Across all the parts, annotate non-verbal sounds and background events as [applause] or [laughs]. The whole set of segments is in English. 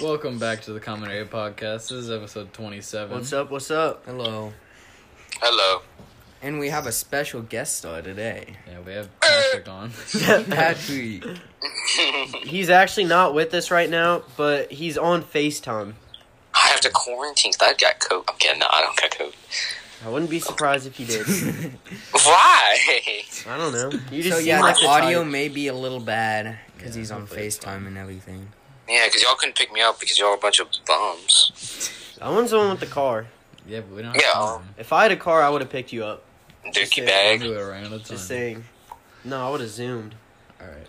Welcome back to the Common Area Podcast. This is episode 27. What's Mm-hmm. up? What's [laughs] up? Hello. Hello. And we have a special guest star today. Yeah, we have Patrick [laughs] on. Patrick. He's actually not with us right now, but he's on FaceTime. I have to quarantine 'cause I got COVID. I'm kidding. No, I don't got COVID. I wouldn't be surprised if he did. [laughs] Why? I don't know. You just so seem yeah, like the audio type. may be a little bad because Yeah, he's on hopefully it's FaceTime and everything. [laughs] Yeah, because y'all couldn't pick me up because y'all a bunch of bums. I want someone with the car. yeah, but we don't Yeah. have If I had a car, I would have picked you up. Dookie Yeah, yeah. bag. do it right at a time. Just saying. No, I would have zoomed. Alright.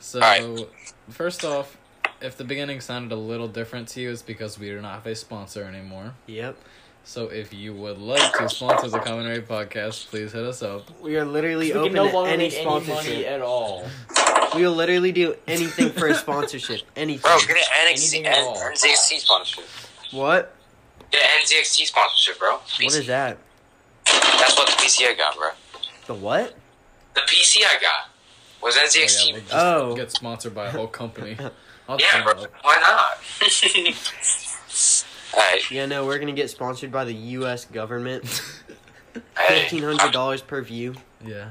So, Alright. first off, if the beginning sounded a little different to you, it's because we do not have a sponsor anymore. Yep. So, if you would like to sponsor the Common Area Podcast, please hit us up. We are literally We open can no to longer any make any money sponsorship. at all. we will literally do anything for a sponsorship. [laughs] Anything. Bro, get an NXT, Anything at all. N- NZXT sponsorship. What? Get an NZXT sponsorship, bro. What is that? That's what the PC I got, bro. The what? The PC I got was Yeah, NZXT. we'll just Oh. Get sponsored by a whole [laughs] company. I'll Yeah, sign bro. up. Why not? [laughs] Alright, Yeah, no, we're gonna get sponsored by the U.S. government. hey. Fifteen hundred dollars per view. Yeah.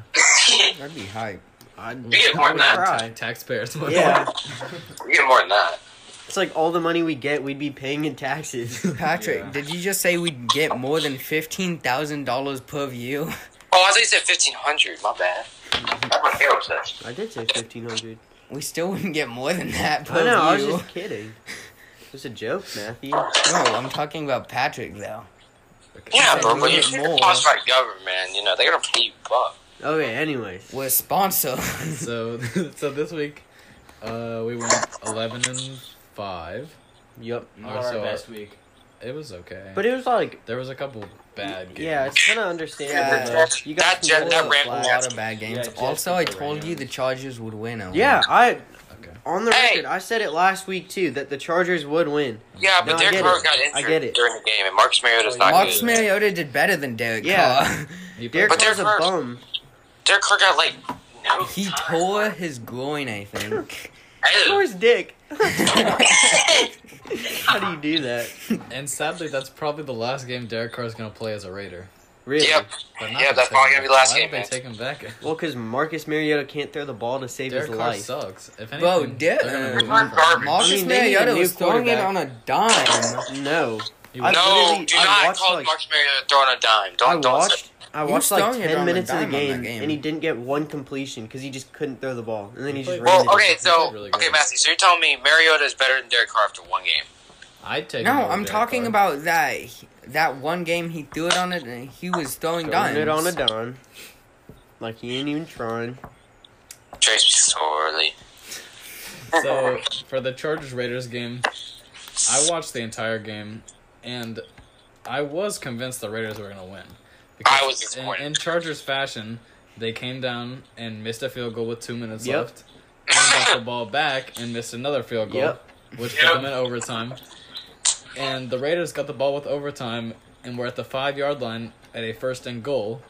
That'd be hype. I'd, You get more I than would that. cry. Taxpayers. money. [laughs] Yeah, [laughs] We get more than that. [laughs] it's like all the money we get, we'd be paying in taxes. [coughs] [laughs] Patrick, Yeah. did you just say we'd get more than fifteen thousand dollars per view? [laughs] Oh, I thought you said 1500 My bad. That's what Harold said. I did say fifteen hundred. We still wouldn't get more than that per I know. I was view. just kidding. It was a joke, Matthew. No, I'm talking about Patrick though. Yeah, bro, but you're Get more. sponsored by government, man. You know, they're going to pay you bucks. Okay. Anyways, We're sponsor. So, [laughs] so this week, uh, we went eleven and five. yep. Not Alright, our so- best week. It was okay, But it was like, there was a couple bad games. yeah, it's kind of Yeah. understandable. though. You guys [laughs] That jet- can that blow ramp- up a last- lot of bad games. just also, I the told you Rams. the Chargers would win. I won. Yeah, I Okay. on the Hey! record, I said it last week too that the Chargers would win. Yeah, No, I but Derek get Carr it. got I injured get it. Oh, during the game, and Marcus Mariota's not Marcus good. Mariota did better than Derek Yeah. Carr. He Derek But played- they're Carr's a first. bum. [laughs] Derek Carr got like no. [laughs] He time. tore his groin, [laughs] I think. [laughs] Ew. Where's Dick? [laughs] How do you do that? and sadly, that's probably the last game Derek Carr's gonna play as a Raider. Really? Yep. But Yeah, that's probably gonna be the last why game, Did they man. take him back. Well, because Marcus Mariota can't throw the ball to save Derek his Carr life. sucks. If anything, Bro, they're Derek, gonna move Carr on from him. garbage. Marcus I mean, they need a Mariota new was throwing it quarterback. on a dime. No, He I was- No, literally- do I not watched, call like- Marcus Mariota throwing a dime. Don't I don't watched. I You watched like stung it on ten a minutes of the dime on that game, game. and he didn't get one completion because he just couldn't throw the ball, and then he He just played- ran. Well, it. okay, so really okay, good. Matthew, so you're telling me Mariota is better than Derek Carr after one game? I'd take. him No, over I'm Derek talking Carr. about that that one game he threw it on it and he was throwing Throwing dimes. it on a dime, like he ain't even trying. Trace me sorely. [laughs] So for the Chargers Raiders game, I watched the entire game, and I was convinced the Raiders were gonna win. I was in, disappointed. in Chargers fashion. They came down and missed a field goal with two minutes Yep. left, and got the ball back and missed another field goal, Yep. which Yep. put them in overtime. And the Raiders got the ball with overtime, and we're at the five yard line at a first and goal.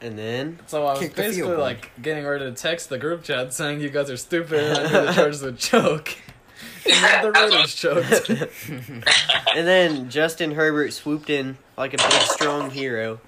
And then So I was Kick the field basically goal. like getting ready to text the group chat saying you guys are stupid and I knew the Chargers would [laughs] choke. And the Raiders choked. and then Justin Herbert swooped in like a big strong hero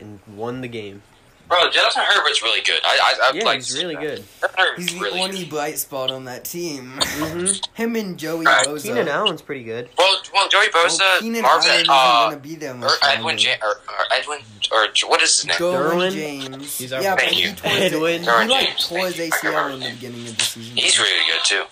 and won the game. Bro, Justin Herbert's really good. I I, I Yeah, like he's really good. Justin Herbert's He's the really only good. bright spot on that team. Mhm. [laughs] Him and Joey Alright, Bosa. Keenan Allen's pretty good. Well, well, Joey Bosa, Oh, Keenan Allen Marvin, isn't uh, gonna be there. or most Edwin, likely. ja- or, or Edwin, or J- what is his name? Derwin Derwin? James. He's our- yeah, but Thank he you. tore his, Edwin. he Derwin like James. tore his Thank you. ACL in the beginning of the season. He's really good too.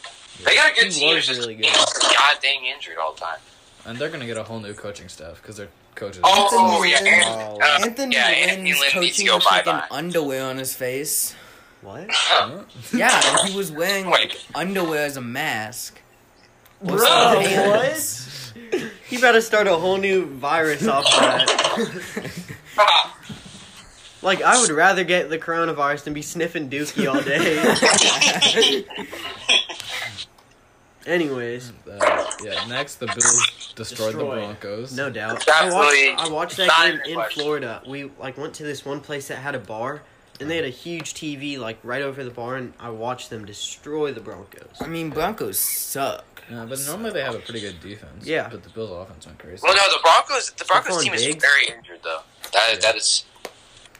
They got a good He team. was just really good. God dang injured all the time. And they're gonna get a whole new coaching staff because their coaches. Oh, Anthony yeah, Lynn. Anthony, uh, Anthony yeah, Lynn's Anthony E Lynn needs to coaching go was bye like an bye. underwear on his face. What? Yeah, he [laughs] was wearing Wait. like underwear as a [laughs] mask. Bro, something what? [laughs] You better start a whole new virus off of that. uh, Like I would rather get the coronavirus than be sniffing dookie all [laughs] day. Anyways, Uh, yeah, next the Bills destroyed, the Destroyed. Broncos. no doubt. I Definitely watched, I watched that not game in in question. Florida. We like went to this one place that had a bar and they had a huge TV like right over the barn. I watched them destroy the Broncos. I mean, Broncos suck. Yeah, but normally they have a pretty good defense. Yeah. But the Bills' offense went crazy. Well, no, the Broncos. The Broncos Stephon team is Diggs. very injured, though. That that is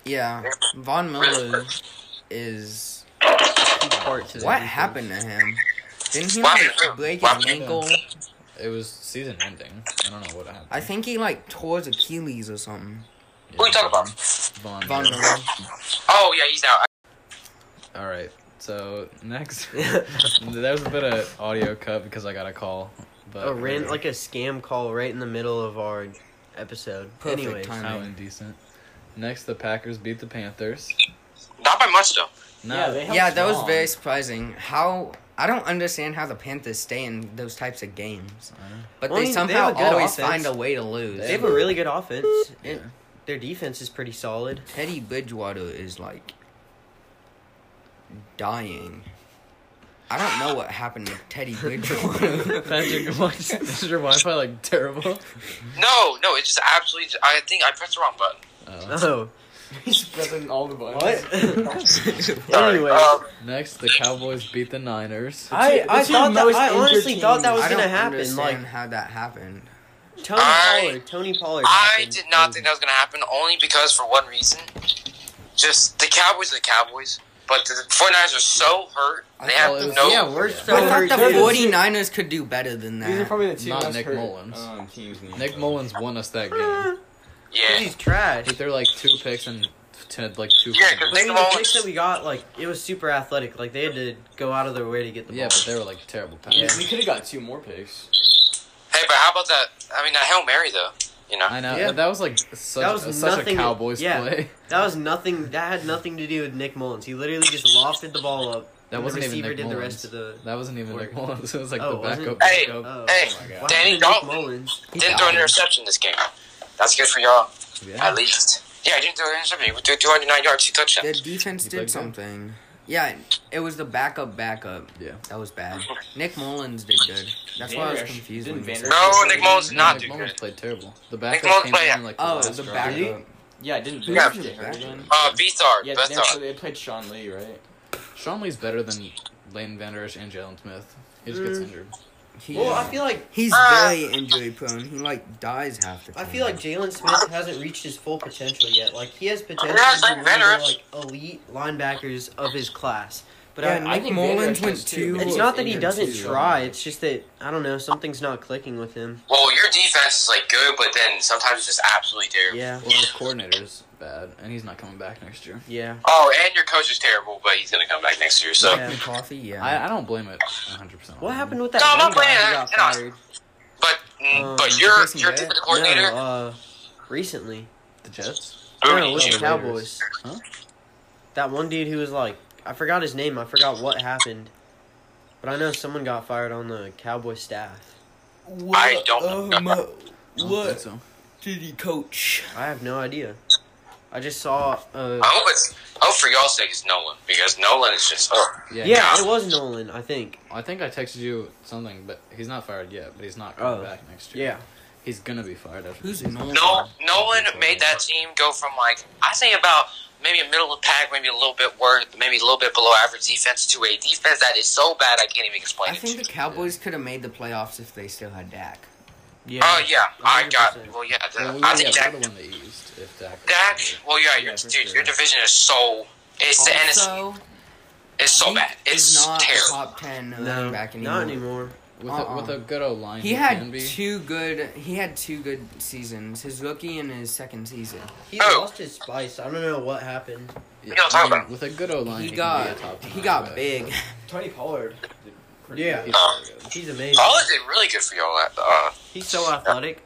Yeah, Von Miller is. Huge part to their What defense. happened to him? Didn't he Why? like break Why? his ankle? It was season ending. I don't know what happened. I think he like tore his Achilles or something. Yeah, Who you talking about? Von. Von Miller. Miller. Oh yeah, he's out. All right. So [laughs] next, there was a bit of audio cut because I got a call. But Oh, A ran like a scam call right in the middle of our episode. Perfect Anyways, timing. how indecent. Next, the Packers beat the Panthers. Not by much though. No, Yeah, they held- Yeah, that was wrong? very surprising. How I don't understand how the Panthers stay in those types of games, I know. but Well, I they mean, they somehow have a good always offense. find a way to lose. they have a really good offense. Yeah. and Their defense is pretty solid. Teddy Bridgewater is like dying. I don't know what happened with Teddy Bridgewater. [laughs] Patrick, why is is [laughs] your Wi-Fi like terrible? No, no, it's just absolutely. I think I pressed the wrong button. Oh. [laughs] Oh, [laughs] He's pressing all the Sorry. Anyway. Um, Next, the Cowboys beat the Niners. I, I It's your thought that, most I honestly injured thought that team. was I don't gonna happen. understand Like how that happened. Tony I- Pollard. Tony Pollard. I happened. did not think that was gonna happen, only because for one reason, just the Cowboys are the Cowboys, but the 49ers are so hurt they have Well, it was- no. Yeah, we're Yeah. so I hurt. thought they're the the- dude. 49ers could do better than These are that. probably the two Not most Nick hurt, Mullins. Um, teams in the Nick NFL. Mullins won us that game. Yeah, He's trash. He threw like two picks and t- had like two. Yeah, 'cause I fumbles. mean, the picks that we got, like, it was super athletic. Like, they had to go out of their way to get the yeah, ball. but they were like terrible We, passes. could have got two more picks. hey, but how about that? I mean, that hail mary though. You know, I know Yeah. but that was like such, That was such a nothing- Cowboys yeah. play. [laughs] That was nothing. That had nothing to do with Nick Mullins. He literally just lofted the ball up. That and wasn't the even receiver Nick did the Mullins. rest of the. That wasn't even Nick Or- Mullins. It was like Oh, the backup. wasn't it? Hey, backup. Oh, hey, oh my Danny God. What happened to Dalton. Nick Mullins. didn't throw an interception this game. That's good for y'all, Yeah. at least. Yeah, I didn't throw an interception. He threw 209 yards, two The touchdowns. defense He did played good. something. Yeah, it was the backup backup. Yeah. That was bad. Nick Mullins did good. That's why I was Vander- confused. didn't when you Vander- said- No, Nick Mullins did No, not Nick do Mullins good. played terrible. The backup Mullins came played- in like the Oh, last the drive. backup. Yeah, didn't Yeah. Baker get hurt again? Uh, Bethard, Yeah, they, Bethard. they played Sean Lee, right? Sean Lee's better than Lane Van Der Esch and Jalen Smith. He just gets Mm. injured. He- uh, Well, I feel like he's Ah. very injury prone. He like dies half the I time. feel like Jalen Smith hasn't reached his full potential yet. Like he has potential Yeah, to be one of the, better. like elite linebackers of his class. But Yeah, I, and I uh, Nick think Mullins Vander went does too. two. Nick it's Mullins not that he injured doesn't too. try. It's just that I don't know. Something's not clicking with him. Well, your defense is like good, but then sometimes it's just absolutely terrible. Yeah. Well, his coordinator's bad, and he's not coming back next year. Yeah. Oh, and your coach is terrible, but he's gonna come back next year. So, Yeah. coffee. Yeah. I, I don't blame it 100. percent What happened with that No, I'm one not playing guy who got that. Get off. fired? but mm, Um, but your Jason your Garrett? defensive coordinator, No, uh, recently. The Jets. Booty No, with the Jr. Raiders. Cowboys. Huh? That one dude who was like, I forgot his name. I forgot what happened. But I know someone got fired on the Cowboy staff. I don't know. Um, uh, I don't think what so. did he coach? I have no idea. I just saw. Uh, Oh, I hope it's I hope for y'all's sake it's Nolan because Nolan is just oh Yeah. yeah, it was Nolan. I think. I think I texted you something, but he's not fired yet. But he's not coming Oh, back next year. Yeah. He's gonna be fired after. Who's the season. Nolan? no Nolan made that team go from like I say about maybe a middle of the pack, maybe a little bit worse, maybe a little bit below average defense to a defense that is so bad I can't even explain I it. think the Cowboys could have made the playoffs if they still had Dak. Yeah. Oh yeah, I got 100%. well yeah. The, Well, we I would think have Dak, won the East if Dak. was Dak. fired. Well yeah, your, Yeah, for dude, sure. your division is so it's the and it's, Also, it's so he bad. is It's not a terrible. top ten No, running back anymore. not anymore. With, Uh-uh. a, with a good old line, He can had be. two good. He had two good seasons. His rookie and his second season. He Oh. lost his spice. I don't know what happened. Yeah, You know what I'm talking I mean, about. With a good old line, He can be a got top he nine got back. big. Tony Pollard. did pretty Yeah. good. He's really good. He's amazing. Paula did really good for y'all. at, Uh, He's so athletic.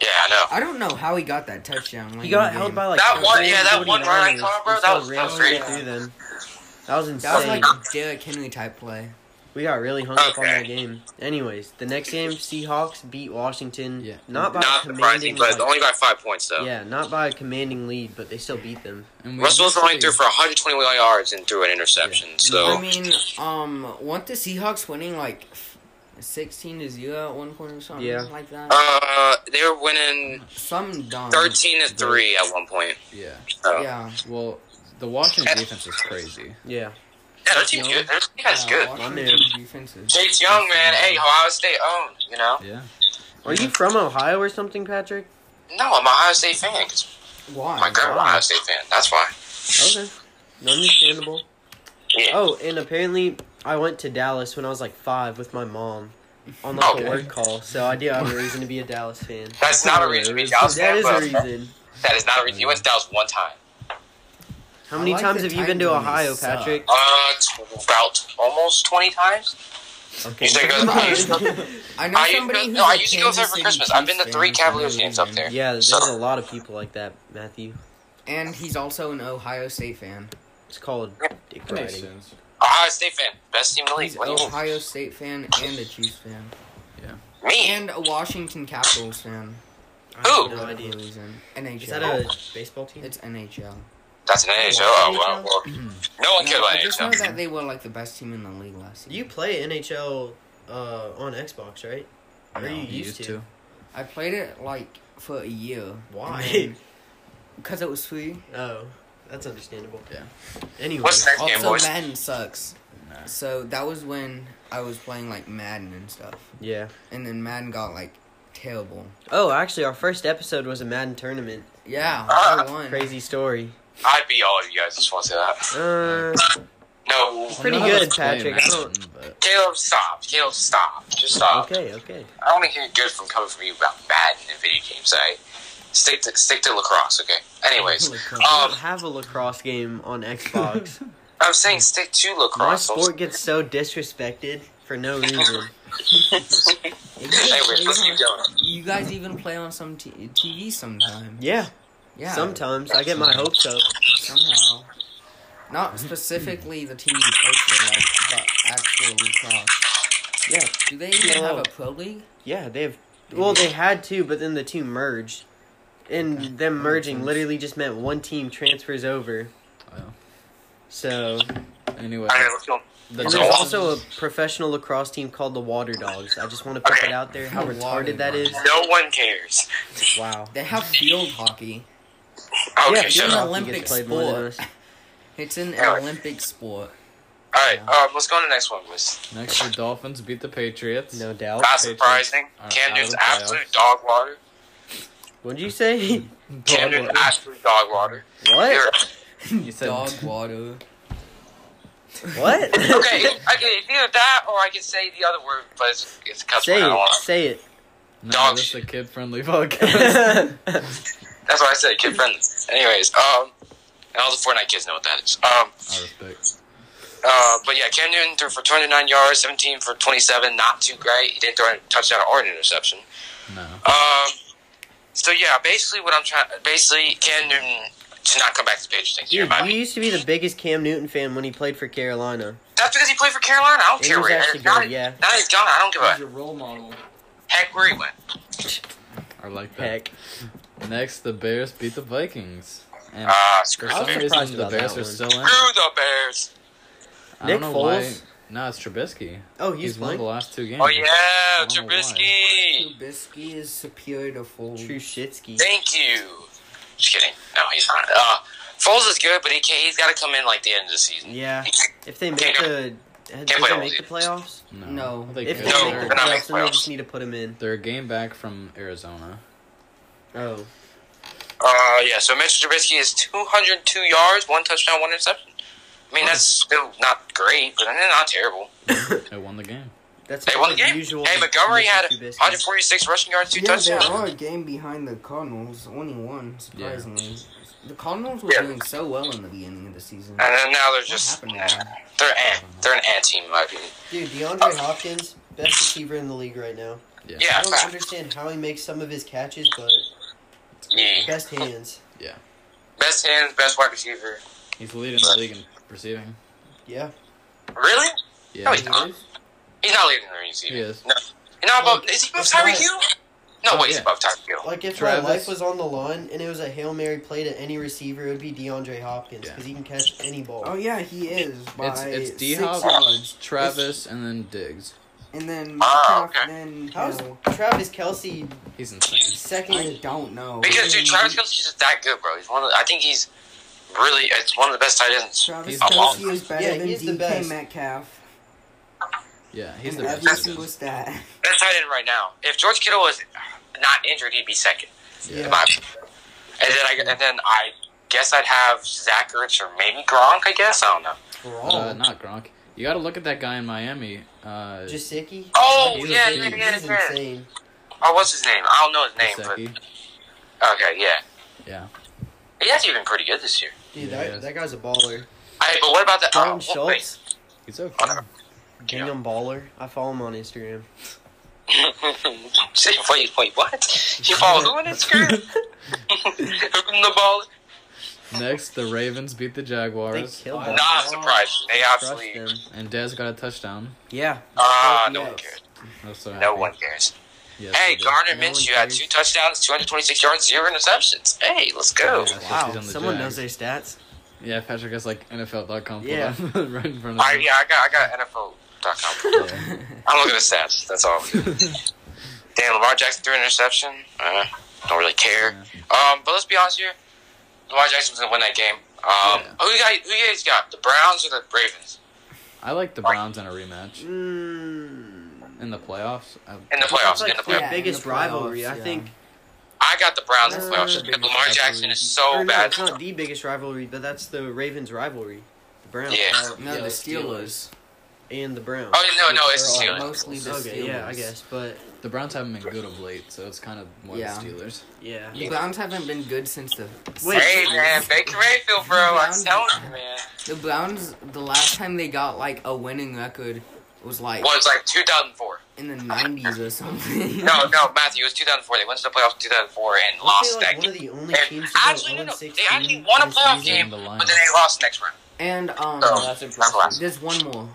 yeah, I know. I don't know how he got that touchdown. late He in got the held game. by like That one- yeah, that one 49ers run I caught, bro, and that was- still that was ran great. through them. That was insane. That was like a Derrick Henry type play. we got really hung up on Okay. that game. Anyways, the next game, Seahawks beat Washington. Yeah. Not by Not a surprising, commanding, but like- only by five points though. yeah, not by a commanding lead, but they still beat them. And we Russell Wilson only usually- threw for 121 yards and threw an interception. So I mean, um, weren't the Seahawks winning like f- sixteen to zero at one point or something Yeah. like that? uh, they were winning Some dumb. 13 to three at one point. Yeah. So. Yeah. Well, The Washington defense is crazy. Yeah. Yeah, their team's good. Their defense is good. Washington's defense is- Chase Young, man. Hey, Ohio State owned. You know? Yeah. Are you from Ohio or something, Patrick? No, I'm an Ohio State fan. 'cause My Why? grandma's an Ohio State fan. That's why. Okay. Understandable. Yeah. Oh, and apparently I went to Dallas when I was like five with my mom on like Okay. a work call, so I do have a reason to be a Dallas [laughs] fan. That's not a reason to be a Dallas That fan. is a but- reason. That is not a reason. You went to Dallas one time. How I many like times the have you been to Titans when they Ohio, suck. Patrick? Uh, t- about almost 20 times. Okay. You think I was- I used I know I used, somebody to, who's no, a I used to go Kansas there for City Christmas. I've been to Chiefs three fan for no Cavaliers games up reason. there. Yeah, there's So- a lot of people like that, Matthew. And he's also an Ohio State fan. It's called dick Makes riding. sense. [laughs] Ohio State fan. Best team in the league. He's What do you mean? Ohio State fan and a Chiefs fan. Me? And a Washington Capitals fan. I have Who? no Another idea. reason. NHL. Is that a baseball team? It's NHL. That's an NHL. Oh, well, well. No one cares No, about I just know NHL. that they were like the best team in the league last season. You play NHL uh, on Xbox, right? Or No, you I used, to? I played it like for a year. Why? Because it was free. Oh, that's understandable. Yeah. Anyway, What's the next game, Also, boys? Madden sucks. Nah. So that was when I was playing like Madden and stuff, yeah. and then Madden got like terrible. Oh, actually, our first episode was a Madden tournament. Yeah, Ah. I won. Crazy story. I'd be all of you guys. Just want to say that. Uh, No. I don't Pretty know how to good, explain Patrick. that, I don't- but- Caleb, stop. Caleb, stop. Just stop. okay, okay. I want to hear good from coming from you about Madden and video games. I stick to stick to lacrosse, okay? Anyways, Lacrosse. I um, don't have a [laughs] lacrosse game on [laughs] Xbox. I'm saying stick to My lacrosse. sport gets so disrespected for no reason. [laughs] You guys [laughs] Anyways, play let's on- keep going. You guys even play on some t- TV sometimes. Yeah, Yeah, sometimes I get my hopes up. somehow. Not specifically the team you play for, like the actual lacrosse. Yeah, Do they even No. have a pro league? yeah, they have. Well, they had to, but then the two merged, and them merging literally just meant one team transfers over. Wow. So Anyway, All right, let's go. the And So- there's Dolphins- also a professional lacrosse team called the Water Dogs. I just want to put Okay. that out there how The Water retarded that is. No one cares. Wow. They have field hockey. Okay, Yeah, shut an sure. up. Olympic Gets played more than us. It's an Alright. Olympic sport. All right, um, let's go to the next one, boys. next year Dolphins beat the Patriots. No doubt. Not surprising. Patriots are Cam out Newton's of the absolute playoffs. dog water. What'd you say? Cam Newton's absolute dog water. You're- What? [laughs] You said Dog water. [laughs] What? Okay, I can either that or I can say the other word, but it's, it's a cuss Say word. I don't it. wanna- Say [laughs] it. no, dog this is a shit. kid friendly [laughs] podcast. That's That's why I said kid friendly. Anyways, um, and all the Fortnite kids know what that is. Um, I respect. Uh, but yeah, Cam Newton threw for 29 yards, 17 for 27, not too great. He didn't throw a touchdown or an interception. No. Um, so yeah, basically what I'm trying, basically Cam Newton to not come back to the Patriots next year. Dude, in my you opinion. used to be the biggest Cam Newton fan when he played for Carolina. That's because he played for Carolina. I don't He care was where actually he now, good, yeah. now he's gone. I don't give He's a your role model. heck where he went. I like that. Heck. Next, the Bears beat the Vikings. And Ah, screw for the some was Bears. surprised reason, the about that Bears are one. still in. Screw the Bears. I Nick don't know Foles? why. No, it's Trubisky. Oh, He's, he's, won playing. the last two games. Oh yeah, don't know Trubisky. Trubisky is superior to Foles. True shitsky. Thank you. Just kidding. No, he's not. Uh, Foles is good, but he can't, he's got to come in like the end of the season. Yeah. He can't- If they make the, does play they all make the these. playoffs? No. I think If they they No, are. make they're the not playoffs, making then they playoffs. just need to put him in. They're a game back from Arizona. Oh, Uh, yeah. So Mitchell Trubisky is 202 yards, one touchdown, one interception. I mean, that's still not great, but they're not terrible. They won the game. that's They won the the game. usual. Hey, Montgomery had Trubisky. 146 rushing yards, two yeah, they touchdowns. are a game behind the Cardinals, only one, surprisingly. The Cardinals were Yeah. doing so well in the beginning of the season. And then now they're What just happened nah, to them? they're ant. They're an ant team, in my opinion. Dude, DeAndre Hopkins, best receiver in the league right now. Yeah, I don't fact. understand how he makes some of his catches, but yeah. [laughs] best hands. Best hands, best wide receiver. He's leading the league in receiving. Oh, Yeah. Really? Yeah. he's not. He's not leading the receiving. He is. No, he's not above. Well, Is he above it's not- Tyreek Hill? No, Oh, way, he's yeah. above Tyreek Hill. Like if Travis- my life was on the line and it was a Hail Mary play to any receiver, it would be DeAndre Hopkins Yeah. because he can catch any ball. Oh yeah, he is by It's it's D six Hop, yards. Travis, and then Diggs. and then Ah, Metcalf, okay. then How's Hill. Travis Kelsey He's insane. second? I in- don't know. Because dude, Travis Kelsey's just that good, bro. He's one of. The, I think he's really, it's one of the best tight ends. Travis He's Kelsey awesome. is better Yeah, than he's the DK best. Metcalf. Yeah, he's in the best. every tight single end. stat. [laughs] Best tight end right now. If George Kittle was not injured, he'd be second. Yeah. In my opinion. And then I and then I guess I'd have Zach Ertz or maybe Gronk. I guess I don't know. Oh. Uh, not Gronk. You got to look at that guy in Miami. Uh, Jasicki? Oh He's yeah, yeah, insane. yeah, He's yeah. insane. Oh, what's his name? I don't know his name, Gesicki. but okay, yeah, Yeah. he has been pretty good this year. Yeah, Dude, he that, is. that guy's a Oh, baller. Hey, but what about the Dalton oh, wait. Schultz, He's okay. Whatever. Gingham Baller. I follow him on Instagram. [laughs] Say, wait, wait, what? You follow who on Instagram? Who in the ball? Next, the Ravens beat the They Jaguars, killed Nah, them. Nah, surprise. They Crushed absolutely. them. and Dez got a touchdown. Yeah. Ah, no Yes. one cares. I'm so No happy. one cares. Yes, Hey, he did. Garner No one Minshew had cares. two touchdowns, 226 yards, zero interceptions. Hey, let's go. Yeah, that's just Wow. he's on the Someone knows Jags. their stats. Yeah, Patrick has like NFL.com pulled Yeah. up [laughs] right in front of I, him. yeah, I got, I got [laughs] NFL.com. Yeah. I'm looking at stats. That's all. Damn, Lamar Jackson threw an interception. Uh, don't really care. Um, but let's be honest here. Lamar Jackson's gonna win that game. Um, Yeah. who you got? Who you guys got? The Browns or the Ravens I like the Browns in a rematch Mm. in the playoffs. I, in the That's playoffs? like in the their playoffs. Yeah, in biggest the playoffs, rivalry. I yeah. think. I got the Browns in the Uh, playoffs because Lamar Jackson is so or no, bad. it's not the biggest rivalry, but that's the Ravens rivalry. The Browns. Uh, Yeah. No, Yeah, the the Steelers. Steelers. And the Browns. Oh no, no, it's the They're all Steelers. Mostly the okay, Steelers. yeah, I guess, but the Browns haven't been good of late, so it's kind of more Yeah. the Steelers. yeah. The Browns haven't been good since the. Wait. Hey man, Baker Mayfield, bro. I'm Browns- telling you, man. The Browns, the last time they got like a winning record was like Well, it's like 2004. in the nineties or something. No, no, Matthew, it was 2004. They went to the playoffs in 2004 and Aren't they, lost like that one game. of the only And teams to actually, go no, no, 0-16 they actually won a this playoff season? game, The but Lions. then they lost next round. [laughs] And um, Oh, That's That's impressive. last. there's one more.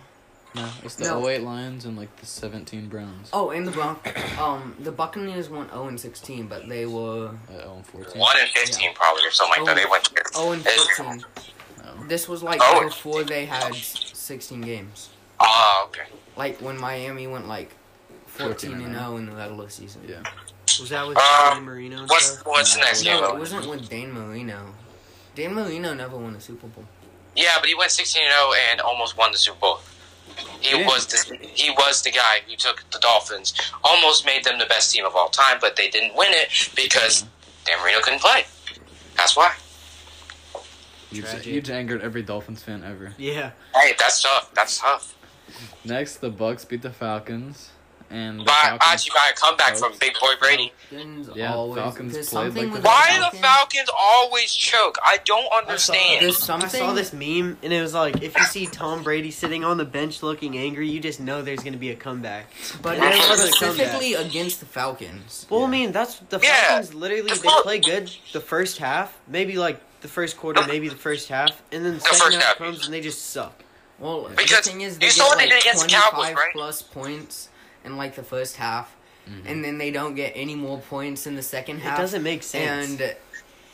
No, it's the No. 08 Lions and like the 17 Browns. Oh, and the Bron- um, the Buccaneers went 0 and 16, but they were At 0 and 14. One and fifteen, probably, or something like that. They went there. 0 and It- 14. No. This was like Oh. before they had 16 games. Ah, okay. Like when Miami went like 14 14 and and 0 in the regular season. Yeah. Was that with Uh, Dan Marino? and What's stuff? what's the next game? No, it though? wasn't with Dane Marino. Dane Marino never won a Super Bowl. Yeah, but he went sixteen and zero and almost won the Super Bowl. He Yeah. was the he was the guy who took the Dolphins, almost made them the best team of all time, but they didn't win it because Dan Marino couldn't play. That's why. You've, Tragic. you've angered every Dolphins fan ever. Yeah. Hey, that's tough. That's tough. Next, the Bucks beat the Falcons, and the By Falcons, actually by a comeback from Big Boy Brady. Falcons Yeah, always. Falcons there's played something like with the Why do the Falcons always choke? I don't understand. There's something. I saw this meme and it was like, if you see Tom Brady sitting on the bench looking angry, you just know there's gonna be a comeback. But Yeah, it it was wasn't a comeback. specifically against the Falcons. Well, I mean, that's the Yeah. Falcons. Literally, they Fal- play good the first half, maybe like the first quarter, maybe the first half, and then the, second first half, half. comes and they just suck. Well, Because the thing is, you they saw get, what they like, did against the Cowboys, 25 right? Plus points in like the first half, and then they don't get any more points in the second It half. doesn't make sense. And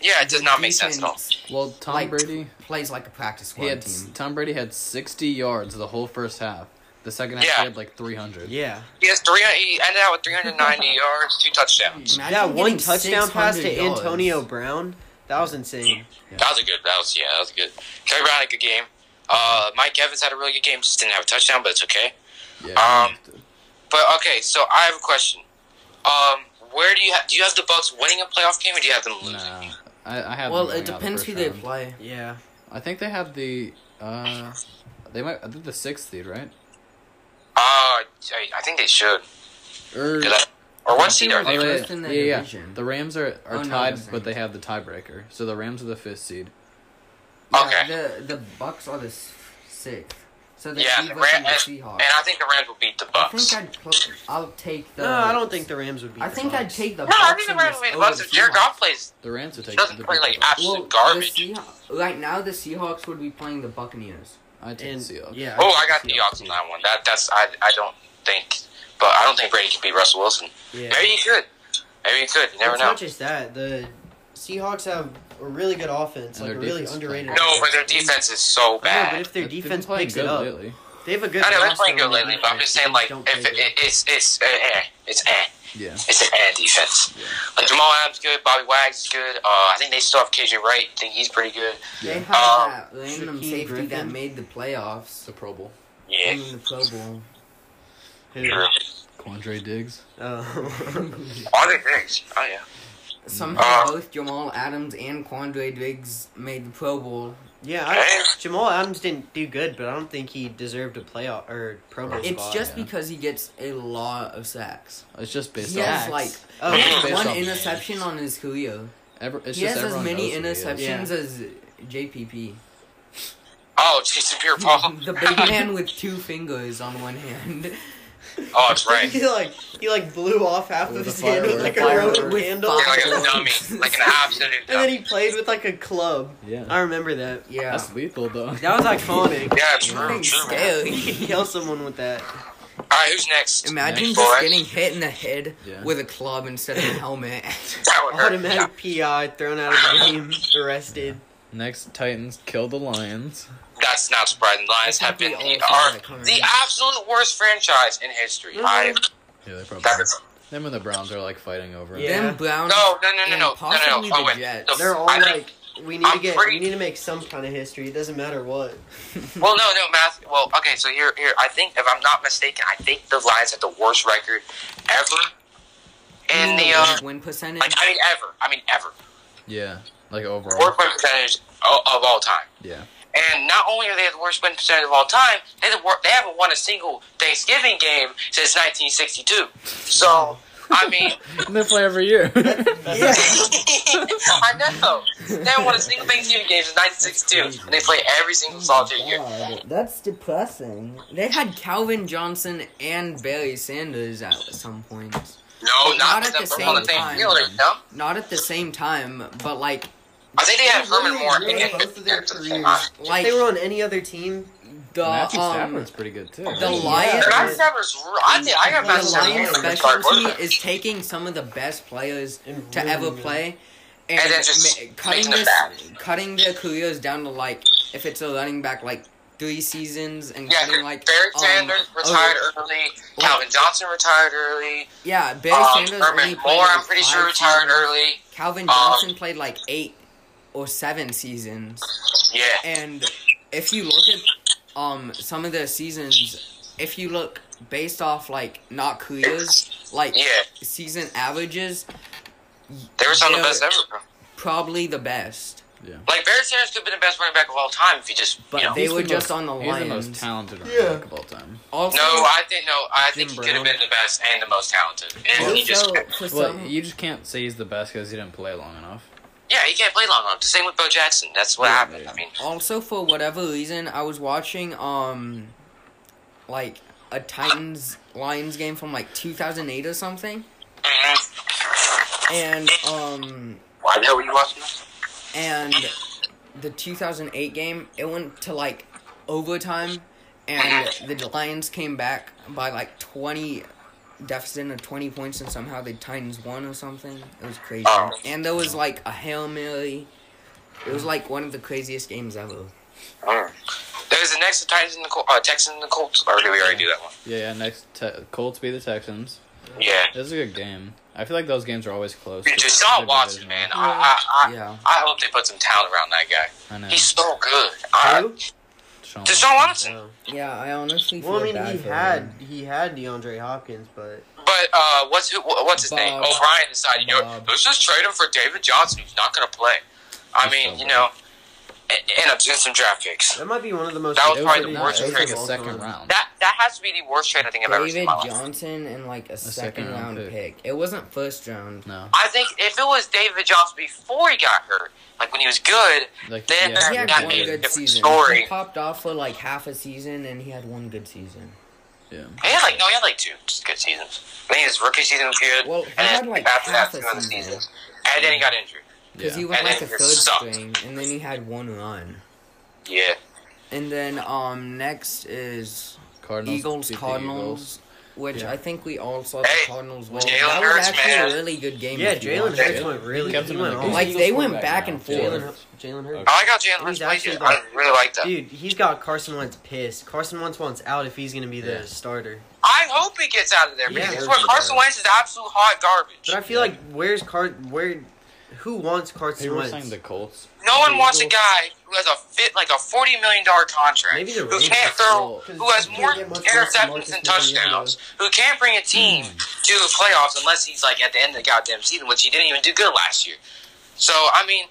Yeah, it does not make sense at all. defense well, Tom like- Brady, Plays like a practice squad he had team. Tom Brady had 60 yards the whole first half. The second half, Yeah. he had like 300. yeah, He has three. He ended out with 390 yards, two touchdowns. Imagine that one getting touchdown pass to 600 yards. Antonio Brown, that was insane. That was a good. That was yeah. That was good. Terry Brown had a good game. Uh, Mike Evans had a really good game. Just didn't have a touchdown, but it's okay. Yeah, Um, But okay, so I have a question. Um, where do you ha- do you have the Bucks winning a playoff game, or do you have them losing? nah, I, I have. Well, them it going out the depends who first they round. play. Yeah, I think they have the. Uh, they might. They're the sixth seed, right? Uh, I, I think they should. Or 'Cause I- or what Don't seed they are they? Oh, were- in? First in yeah, their yeah, yeah. division. The Rams are, are Oh, no, tied, they're but they have the tiebreaker. So the Rams are the fifth seed. Yeah, Okay. The the Bucks are the s- sixth, so they Yeah, leave the us in Ram- the and, Seahawks. and I think the Rams will beat the I Bucks. think I'd pl- I'll take the. no, I don't think the Rams would be. I think I'd take the. no, I think the Bucks Rams will beat the Bucks. over If Jared Seahawks. Goff plays, The Rams are taking doesn't the play like Bucks. absolute Well, garbage. The Seahawks, right now, the Seahawks would be playing the Buccaneers. I take And, the Seahawks. yeah. oh, I got the Seahawks. odds on that one. That that's I I don't think, but I don't think Brady can beat Russell Wilson. Yeah. Maybe you could. Maybe you could. You never it's know. not just that. The Seahawks have a really good offense, And like their a really defense is underrated. bad. No, offense. but their defense is so I know, but bad. if their They've been defense playing picks it good up, lately. they have a good. I know they're roster playing good on their lately, but I'm defense. just They saying like don't if play it, good. it's it's eh, eh, it's eh, it's eh. Yeah. It's an and defense. Like Jamal Adams good, Bobby Wags is good. Uh, I think they still have KJ Wright. I think he's pretty good. They Yeah. had Um, that Shaquem random safety that Griffin? made the playoffs The Pro Bowl. Yeah. and the Pro Bowl. Who? Quandre Diggs. Oh. [laughs] [laughs] All the things. Oh yeah. Somehow Uh, both Jamal Adams and Quandre Diggs made the Pro Bowl. yeah, I, Jamal Adams didn't do good, but I don't think he deserved a playoff or Pro Bowl It's spot. just yeah. because he gets a lot of sacks. It's just based He has off. like Oh, he Based has [laughs] off one the interception names. on his Julio. Ever, it's He just has as everyone many knows who he is. interceptions as JPP. Oh, Jason Pierre-Paul. the big man with two fingers on one hand. [laughs] oh, that's right. [laughs] he like he like blew off half With of the his hand with firework. like a Firework. rope With handle, fire. Yeah, like a dummy, like an absolute Oh. and then dummy. he played with like a club. Yeah. I remember that. Yeah. That's lethal though. That was iconic. Yeah, Fucking true, true. Man. You scary. [laughs] could kill someone with that. All right, who's next? Imagine Next. just Boy. getting hit in the head Yeah. with a club instead of a [laughs] helmet. [laughs] [laughs] That would hurt. Automatic PI, thrown out of the game, arrested. Next, Titans kill the Lions. [laughs] That's not surprising. The Lions I have been think we the, all are saw that coming. the absolute worst franchise in history. I, Yeah, they probably. that is, Them and the Browns are like fighting over it. Yeah. Them Browns. no, no, no, no, and no, no, no, possibly no. Oh, the wait. Jets. The- They're all I think- like, we need to I'm get, pretty- we need to make some kind of history. It doesn't matter what. [laughs] Well, no, no, Matthew. Well, okay, so here, here. I think, if I'm not mistaken, I think the Lions have the worst record ever in the. Uh, win percentage. like, I mean, ever. I mean, ever. Yeah, like overall. Worst win percentage of, of all time. Yeah, And not only are they the worst win percentage of all time, they the wor- they haven't won a single Thanksgiving game since 1962. So, I mean, and they play every year. [laughs] Yeah. [laughs] I know they haven't won a single Thanksgiving game since 1962, and they play every single solitary year. Oh That's depressing. They had Calvin Johnson and Barry Sanders at some point. No, not not, at with them. the They're on the same same time. field. You know? Not at the same time, but like, I think they had Herman Really, Moore really and both of their at the careers. same time. like they were on any other team. the Matthew um, Stafford's pretty good too. the Yeah. Lions. Yeah. Matt Stafford's. r- I think I got The Matt Lions Stafford. as my specialty quarterback. is taking some of the best players And to really ever good. play and, And then just ma- cutting making them this, bad. cutting their careers down to like if it's a running back like three seasons and Yeah, cutting Barry like um, Sanders oh, retired early. Calvin Johnson retired early. yeah, Barry Um, Sanders Herman only played, Moore, I'm like, pretty five sure, retired seasons. early. Calvin Um, Johnson played like eight or seven seasons, Yeah. and if you look at um some of their seasons, if you look based off like not careers, like Yeah. season averages, They were some of the Yeah. best ever, bro. probably the best. Yeah, Like, Barry Sanders could have been the best running back of all time if he just, But you know. they He's were the just most- on the He's the most Lions. talented running Yeah. back of all time. Also, no, I think no. I Jim think he could have Brown. been the best and the most talented. And he just also for Well, some, you just can't say he's the best because he didn't play long enough. yeah, he can't play long enough. The same with Bo Jackson. That's what Yeah, happened. yeah. I mean, also for whatever reason, I was watching um, like a Titans Lions game from like 2008 or something, mhm. and um. why the hell were you watching this? and the 2008 game it went to like overtime and the lions came back by like 20 deficit of 20 points and somehow the titans won or something it was crazy Oh. and there was like a hail mary it was like one of the craziest games ever Mm. There's the next Titans and the Col- uh, Texans and the Colts. Or did we already do that one? Yeah, yeah. Next, te- Colts beat the Texans. Yeah. This is a good game. I feel like those games are always close. Dude, just Sean They're Watson, divisional. man. I, I, I, Yeah. I hope they put some talent around that guy. I know. He's so good. I, Who? Sean Deshaun Watson. Oh. yeah i honestly feel Well, I mean, bad he for had him. he had DeAndre Hopkins, but But uh, what's who, wh- what's his Bob. name? O'Brien decided, you know, Bob. let's just trade him for David Johnson, who's not going to play. I That's so mean, you bad. know, and, and up to some draft picks. that might be one of the most. That It was was probably like, the no, worst it was like trade a of all second round. That that has to be the worst trade I think I've ever seen david in my life. johnson and like a, second, second round round pick. it wasn't first round No, I think if it was David Johnson before he got hurt, like when he was good, like he Then- yeah, had That one made a good different season. story. He popped off for like half a season, and he had one good season. yeah. he had like no, he had like two good seasons. I think his rookie season was good, Well, he and had then like after half that, two a other season seasons, and then he got injured. because he yeah. was And like a then third it sucked. string, and then he had one run. Yeah. And then um next is Cardinals Eagles beat the Cardinals, which Yeah. I think we all saw Hey, the Cardinals win. Jalen that was Hurts, actually man. a really good game. Yeah, if you Jalen watch it. Hurts went really. Kept He him in went the all game. Like, Eagles they quarterback went back now, and Jalen Jalen Hurts. Jalen Hurts. Oh, I like how Jalen He's Hurts plays actually it. I like- really like that. Dude, he's got Carson Wentz pissed. Carson Wentz wants out if he's gonna be the Yeah. starter. I hope he gets out of there Yeah, Hurts because that's what is Carson garbage. Wentz is absolute hot But I garbage. feel like where's Car? Where? Who wants Carson People were Wentz? saying the Colts. No the one wants a Eagles- guy who has a fit like a forty million dollar contract, Maybe the who Ravens. can't throw, Well, who has you can't more get much less than Marcus interceptions than Mariota. Hmm. touchdowns, who can't bring a team to the playoffs unless he's like at the end of the goddamn season, which he didn't even do good last year. So I mean,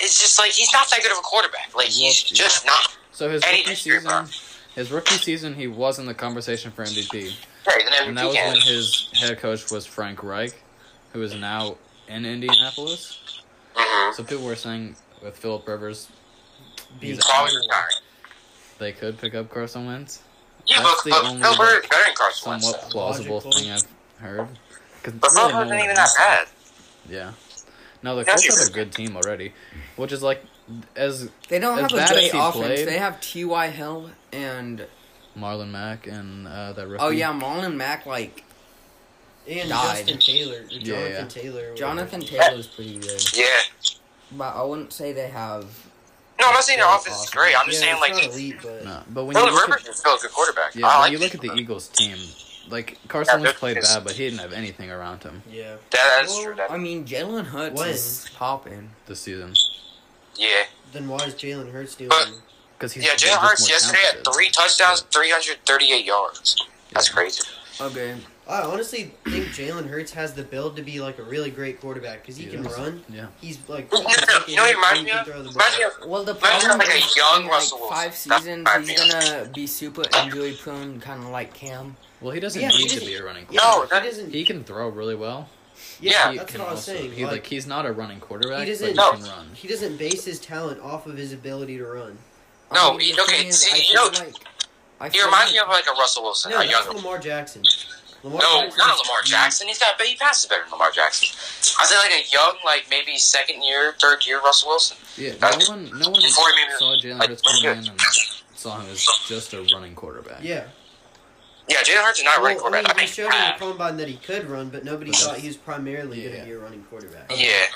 it's just like he's not that good of a quarterback. Like he's just not. So his And he rookie just screwed season, up. his rookie season, he was in the conversation for MVP, Yeah, he's an MVP and that was candidate. when his head coach was Frank Reich, who is now in Indianapolis. Mhm. So people were saying with Philip Rivers, He's he's out, always retired. they could pick up Carson Wentz. Yeah, That's but the but only, Phil Bird is better than Carson Wentz. Somewhat though. plausible Logical. thing I've heard. 'Cause But Phil really Bird no isn't one even that else- bad. Yeah. No, the Yeah, Colts sure. have a good team already, which is like as They don't As have a bad as great he offense. played- They have T.Y. Hill and Marlon Mack and uh, that rookie. oh yeah, Marlon Mack. Like and died. Justin Taylor, or Jonathan Yeah, yeah. Taylor, or Jonathan Taylor's pretty good, Yeah. but I wouldn't say they have. No, I'm not saying their Yeah, offense is awesome. great. I'm whatever. just yeah, saying like it's not elite, but No, but when you Philip look at Rivers is still a good quarterback. Yeah, I when like you look at the Phillip Rivers. Eagles team, like Carson Yeah, Wentz they're- played it's- bad, but he didn't have anything around him yeah. That, that's Well, true. I That, mean, Jalen Hurts When? is popping. this season yeah, Then why is Jalen Hurts doing? But- because he's yeah. he's Jalen Hurts more yesterday had talented. three touchdowns, 338 yards. That's Yeah. crazy. Okay, I honestly think Jalen Hurts has the build to be like a really great quarterback because he He can is. run. Yeah, He's like. No, no, no. You know what he reminds he me can of? throw the ball. Reminds me of well the Imagine problem like a is young in, Russell like, Wilson. five That's seasons what I he's mean. gonna be super injury prone, kind of like Cam. well, he doesn't Yeah, he need to doesn't- be a running quarterback. no. he That, doesn't. He can throw really well. yeah, he that's can what I was also- saying. He, like, like, he's not a running quarterback, He but he doesn't- No. can run. he doesn't base his talent off of his ability to run. I No, mean, he- Um, the okay, thing is, see, I you feel know- like, I he feel reminds like- me of like a Russell Wilson, No, a that's younger. Lamar Jackson. Lamar No, Jackson- not a Lamar Jackson. He's got, but he passes better than Lamar Jackson. I say like a young, like maybe second year, third year Russell Wilson. Yeah, That's- no one, no one before he made it- saw Jalen like, Hurts let's coming get- in and saw him as just a running quarterback. Yeah. Yeah, Jalen Hurts is not a running Well, I quarterback. mean, I he mean, showed in the combine that he could run, but nobody thought he was primarily going Yeah. to be a running quarterback. yeah,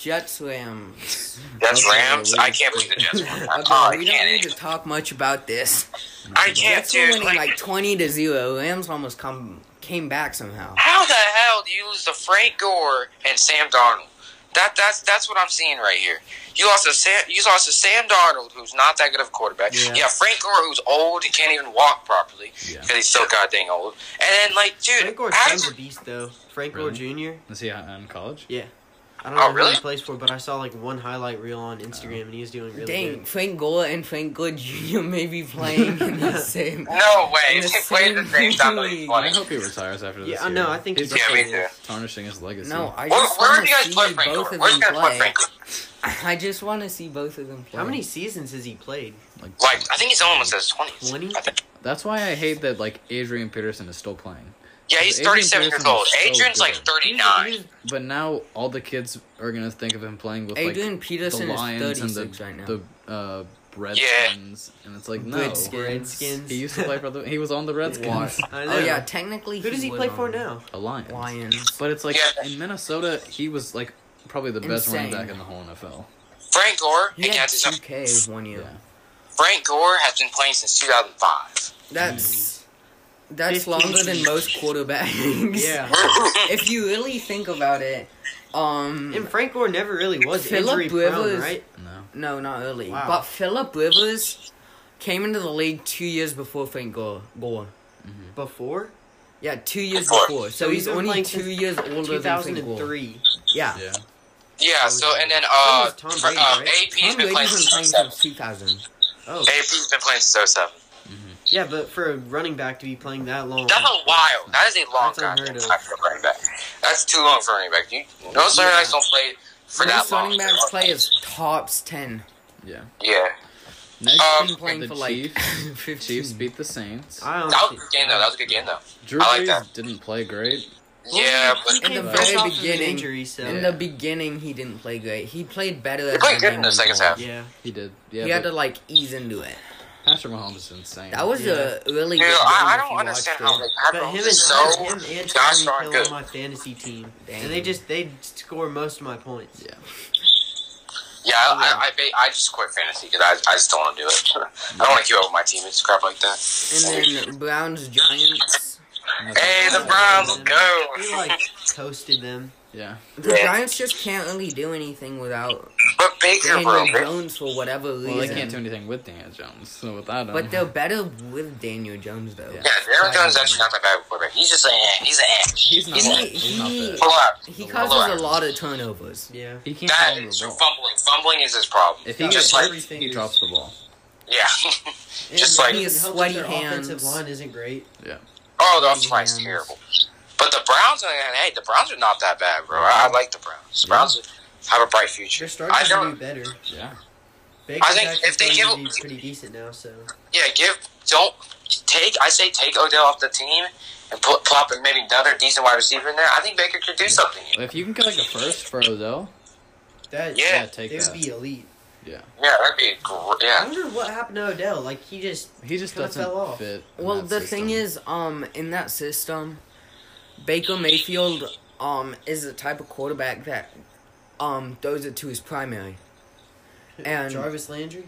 Jets Rams. [laughs] that's Okay, Rams. we- I can't believe the [laughs] Jets won. Okay, Oh, I we don't need can't. to talk much about this. I can't, Jets were dude. winning like twenty to zero. Rams almost come came back somehow. How the hell do you lose to Frank Gore and Sam Darnold? That that's that's what I'm seeing right here. You lost to Sam. You lost to Sam Darnold, who's not that good of a quarterback. Yeah. Yeah, Frank Gore, who's old and can't even walk properly Yeah. because he's so goddamn old. And then like, dude, Frank Gore's how son's does- a beast, though. Frank Gore Really? Jr. Is he in college? Yeah. I don't Oh, know who really? he plays for, but I saw like one highlight reel on Oh. Instagram, and he was doing really Dang, good. Frank Gore and Frank Gore Jr. may be playing in [laughs] the same. no way. In the They played the same same time. though, league. he's I funny. hope he retires after this. Yeah, I year. know. I think he's he's Yeah, me too. tarnishing his legacy. No, I Where, just where want did you to guys see play Frank both Gore? of Where did them you guys play play. Frank Gore? [laughs] I just want to see both of them play. How many seasons has he played? Like, Like, I think he's almost in his twenties. 20? I think. That's why I hate that like Adrian Peterson is still playing. Yeah, he's Adrian 37 years Peterson old. is so Adrian's like good. 39. He was- But now all the kids are gonna think of him playing with like Adrian the Peterson is Lions thirty and the six right now. the uh, Redskins, and it's like no. Redskins. he was Redskins. He used to play for the. He was on the Redskins. [laughs] I know. oh yeah, technically. Who does he was play on for now? the Lions. Lions. But it's like Yeah. in Minnesota, he was like probably the best running Insane. back in the whole NFL. Frank Gore. He and had yeah, it's- two Ks one year. Yeah. Frank Gore has been playing since 2005. That's that's 15 longer than most [laughs] quarterbacks. Yeah. [laughs] if you really think about it, um, And Frank Gore never really was Phillip injury prone, Rivers- right? No. no, not really. Wow. But Philip Rivers came into the league two years before Frank Gore. Gore. Before Yeah, two years Before. before. So, So he's he's been only playing two since years older than Frank Gore. 2003. Yeah. Yeah. [laughs] Yeah, so and then Tom uh, was Tom Fra- Brady, uh right? AP's Tom Brady's been playing been playing since since 07. 2000. Oh, AP's been playing since 07. yeah, but for a running back to be playing that long, That's a while. That is a long That's time unheard of. for a running back. That's too long for a running back. You those Yeah. running backs don't play for that Most long. running backs play is tops 10. Yeah. Yeah, Next, Um, Been playing the for [laughs] like Chiefs, 15. Chiefs beat the Saints. I that don't was a good game though. That was a good game though. Drew I like Brees that. didn't play great. Yeah, but In the But- very Off of an beginning, injury, so- in Yeah. the beginning, he didn't play great. He played better. played good in the second half. yeah. He did. Yeah. he had but to like ease into it. Patrick Mahomes is insane. That was a really Dude, good game. I, I if don't you understand watched how it. like But Patrick him Mahomes and, is so him and gosh Tyreek darn Hill good. on my fantasy team, Dang. and they just they score most of my points. Yeah. Yeah, I I, I, ba- I just quit fantasy because I, I just don't want to do it. I don't want to keep up with my teammates crap like that. And then Browns Giants. Hey, the Browns, let's go. We like toasted them. Yeah. The Yeah. Giants just can't really do anything without But Baker, Daniel bro, Baker- Jones for whatever reason. Well, they can't do anything with Daniel Jones. So without him, but they're better with Daniel Jones though. Yeah. yeah, Daniel Jones is actually not that bad of a quarterback. He's just an eh. He's an eh. [laughs] he's not. He's- He, he's not he- bad. Pull up. He The causes Lions. a lot of turnovers. Yeah. He can't That hold is the ball. fumbling. Fumbling is his problem. If he gets just like hurt, he drops the ball. yeah. [laughs] Just like- He has It helps sweaty that their hands. Offensive line isn't great. oh, the offensive line's Yeah. terrible. But the Browns, on the other hand, hey, the Browns are not that bad, bro. I, I like the Browns. The Browns have a bright future. They're starting I to do don't. better. Yeah. Baker's I think actually if they starting give- to be pretty decent now, so Yeah, give. Don't take. I say take Odell off the team and put plop and maybe another decent wide receiver in there. I think Baker could do something. If you can get like a first for Odell, that Yeah. yeah, they take would that. be elite. Yeah, that'd be great. I Yeah. wonder what happened to Odell. Like he just [laughs] He just Kinda fell doesn't off. fit. in Well, that the system. thing is, um, in that system, Baker Mayfield, um, is the type of quarterback that, um, throws it to his primary. And- Jarvis Landry.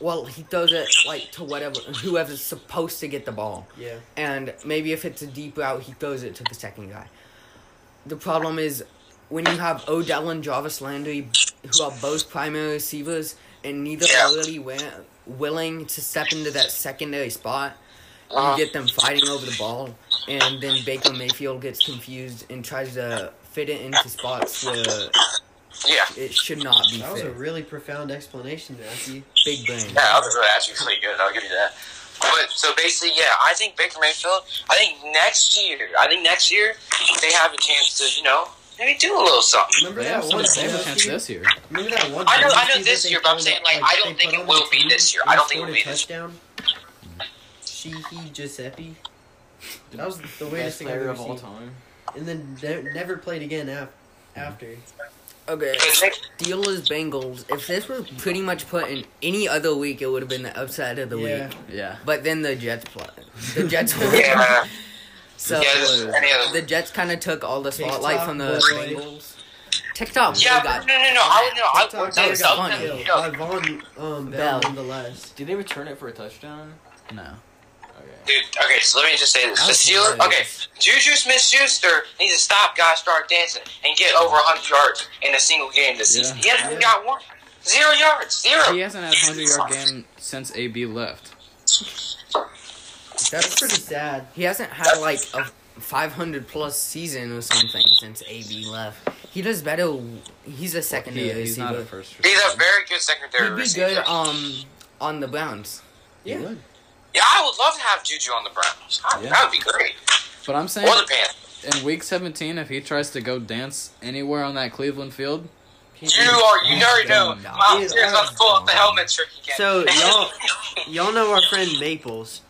Well, he throws it like to whatever whoever's supposed to get the ball, Yeah. and maybe if it's a deep route, he throws it to the second guy. The problem is when you have Odell and Jarvis Landry, who are both primary receivers, and neither Yeah. are really wi- willing to step into that secondary spot. Uh, You get them fighting over the ball, and then Baker Mayfield gets confused and tries to fit it into spots where yeah. it should not be That was a fit. really profound explanation, Matthew. Big brain. Yeah, that was actually pretty good. I'll give you that. But so basically, yeah, I think Baker Mayfield. I think next year, I think next year they have a chance to, you know, maybe do a [laughs] little something. Remember They that have some one? they have a penalty? chance this year. Remember that one? I know- I know penalty this that they year, but I'm called saying, up, like, I don't they think put it on will the be team this year. and I don't think scored it will a be this touchdown. Sheehy Giuseppe. That was the weirdest Best thing I've player ever of all seen. time. And then ne- never played again af- after. Okay, Because next Steelers Bengals. If this was pretty much put in any other week, it would have been the upside of the Yeah. week. Yeah. But then the Jets play. [laughs] The Jets won. Yeah, So yeah, this is any other. the Jets kind of took all the spotlight TikTok from the boy. Bengals. TikTok yeah, really but got no, no, no, I would no, I TikTok would that say was got funny. something. killed No, By Von um, Bell, Bell. nonetheless. Did they return it for a touchdown? No. Okay. dude. Okay, so let me just say this: That the was Steelers. hilarious. Okay, Juju Smith-Schuster needs to stop, guys, start dancing, and get over 100 yards in a single game this Yeah. season. He hasn't even got one. Zero yards. Zero. He hasn't had a hundred yard game since AB left. That's pretty sad. He hasn't had like a 500 plus season or something since AB left. He does better. He's a secondary He, he's receiver. not a first. He's a receiver. very good secondary He'd be receiver. good um on the Browns. He would. Yeah, I would love to have Juju on the Browns. I- Yeah. That would be great. But I'm Or saying the Panthers. in week 17, if he tries to go dance anywhere on that Cleveland field, You are, you already know. dumb. My He's tears on the full of the helmet trick again. [laughs] So, y'all- Y'all know our friend Maples.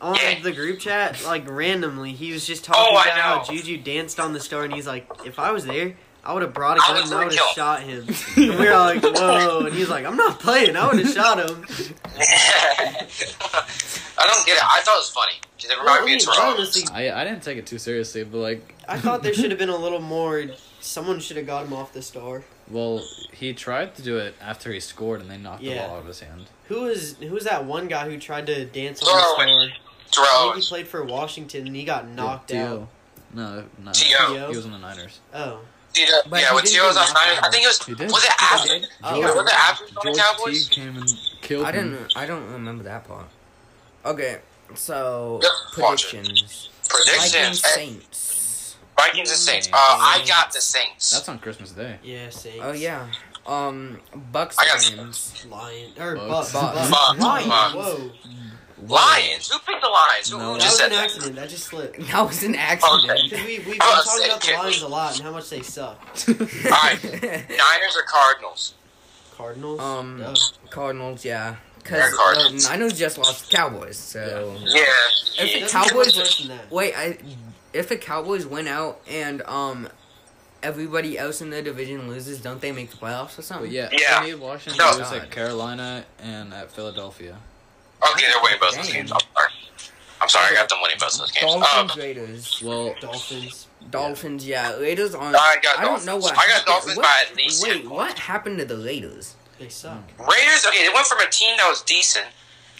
On Yeah. the group chat, like randomly, he was just Oh, talking I about how know. Juju danced on the star, and he's like, "If I was there, I would have brought a I gun would've and I would killed have him." shot him." And [laughs] we were all [laughs] like, "Whoa!" And he's like, "I'm not playing. I would have shot him." I don't get it. I thought it was funny. Because it Well, I reminded me of mean, Toronto. honestly, I, I didn't take it too seriously, but like, I [laughs] thought there should have been a little more. Someone should have got him off the star. well, he tried to do it after he scored and they knocked the Yeah. ball out of his hand. Who was who was that one guy who tried to dance on Throw the it. star? I Terrell. think he played for Washington and he got knocked T.O. out. No, no. T.O. He was on the Niners. Oh, Dude, But Yeah, he with didn't T.O. was do on nothing. Niners. I think it was. He did. Was it He after? did. Oh. Yeah, was it after on George the Cowboys? Teague came and killed I him. didn't. I don't remember that part. Okay, so Yep, watch it. predictions. Vikings Predictions. Hey, Saints. Vikings and Saints. Uh, I got the Saints. That's on Christmas Day. [laughs] yeah, Saints. Oh yeah. Um, Bucks. I got Lions. Lion or Bucks. Bucks. Bucks. Bucks. Lions. Bucks. Whoa, Lions. Who picked the Lions? Who, No. who that just was said an that? accident. That just slipped. [laughs] That was an accident. Because we, we've been I was talking about the saying- Lions a lot and how much they suck. Niners or Cardinals? Cardinals. Um, Duh. [laughs] Cardinals, yeah. Yeah, Because Cardinals. the Niners just lost the Cowboys, so Yeah. If It doesn't the get much Cowboys- worse than that. wait, I if the Cowboys win out and um everybody else in their division loses, don't they make the playoffs or something? But yeah, Yeah. they need Washington No. to lose at Carolina and at Philadelphia. Okay, they're winning both those games. I'm sorry. I'm sorry, I got them winning both those games. Um, Dolphins, Raiders. Well, Dolphins. Dolphins, yeah. Raiders on. I got don't know Dolphins. what. I got happened- Dolphins what- by at least Wait, 10 what happened to the Raiders? They suck. Hmm. Um, Raiders, okay, they went from a team that was decent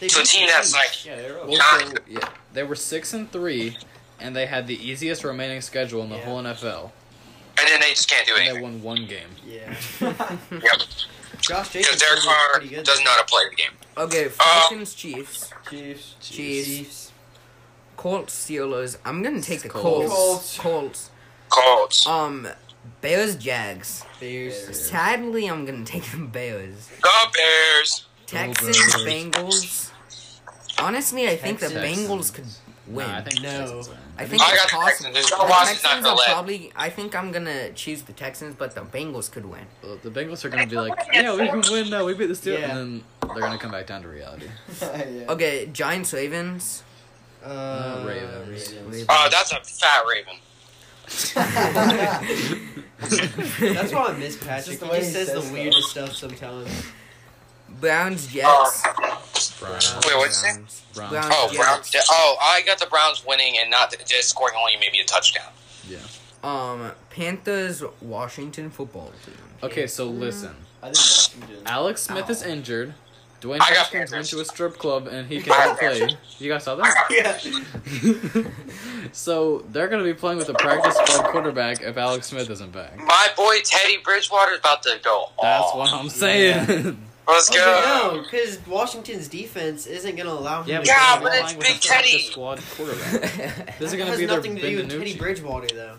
They to a beat team the that's like Chiefs. Yeah, [laughs] they're up. well, so, yeah, they were six and three, and they had the easiest remaining schedule in the Yeah. whole NFL, and then they just can't do and they won anything. one game. [laughs] Yeah. Yep. Josh Jacobs Because Derek is Carr pretty good. does not know how to play the game. Okay, Falcons, Chiefs, Chiefs. Chiefs. Chiefs. Colts, Steelers. I'm gonna take the Colts. Colts. Colts. Colts. Um, Bears, Jags. Bears. Sadly, I'm gonna take the Bears. The Bears. Texans, Bears. Bengals. Honestly, I think the Texans. Bengals could win. Nah, I think the No. Texans win. I think I it's got the possible. Texans. There's no The Watson's not Texans gonna are let. probably. I think I'm gonna choose the Texans, but the Bengals could win. Well, the Bengals are going to be like, yeah, we can win now. We beat the Steelers, Yeah. and then they're going to come back down to reality. [laughs] yeah. Okay, Giants, Ravens. [laughs] Uh, Ravens. Ravens. Oh, that's a fat Raven. That's why I miss Patrick. the He way just he says, says the stuff. weirdest stuff sometimes. Browns, Jets. Browns. Wait, Uh, what'd you say? Browns. Browns. Browns, Oh, Browns. Jets. Oh, I got the Browns winning and not just scoring only maybe a touchdown. Yeah. Um, Panthers, Washington football team. [laughs] Okay, so listen. I think Washington. Alex Smith is Ow. injured. Dwayne I got Haskins went Panthers. to a strip club and he I can't got play. You guys saw that? [laughs] Yeah. so they're going to be playing with a practice squad quarterback if Alex Smith isn't back. My boy Teddy Bridgewater's about to go. That's off. what I'm saying. Let's go. Oh, no, because Washington's defense isn't going to allow him yeah, to Yeah, they're but playing it's with a Big practice Teddy. squad quarterback. This is It going to has be their nothing to do Ben with Teddy DiNucci. Bridgewater, though.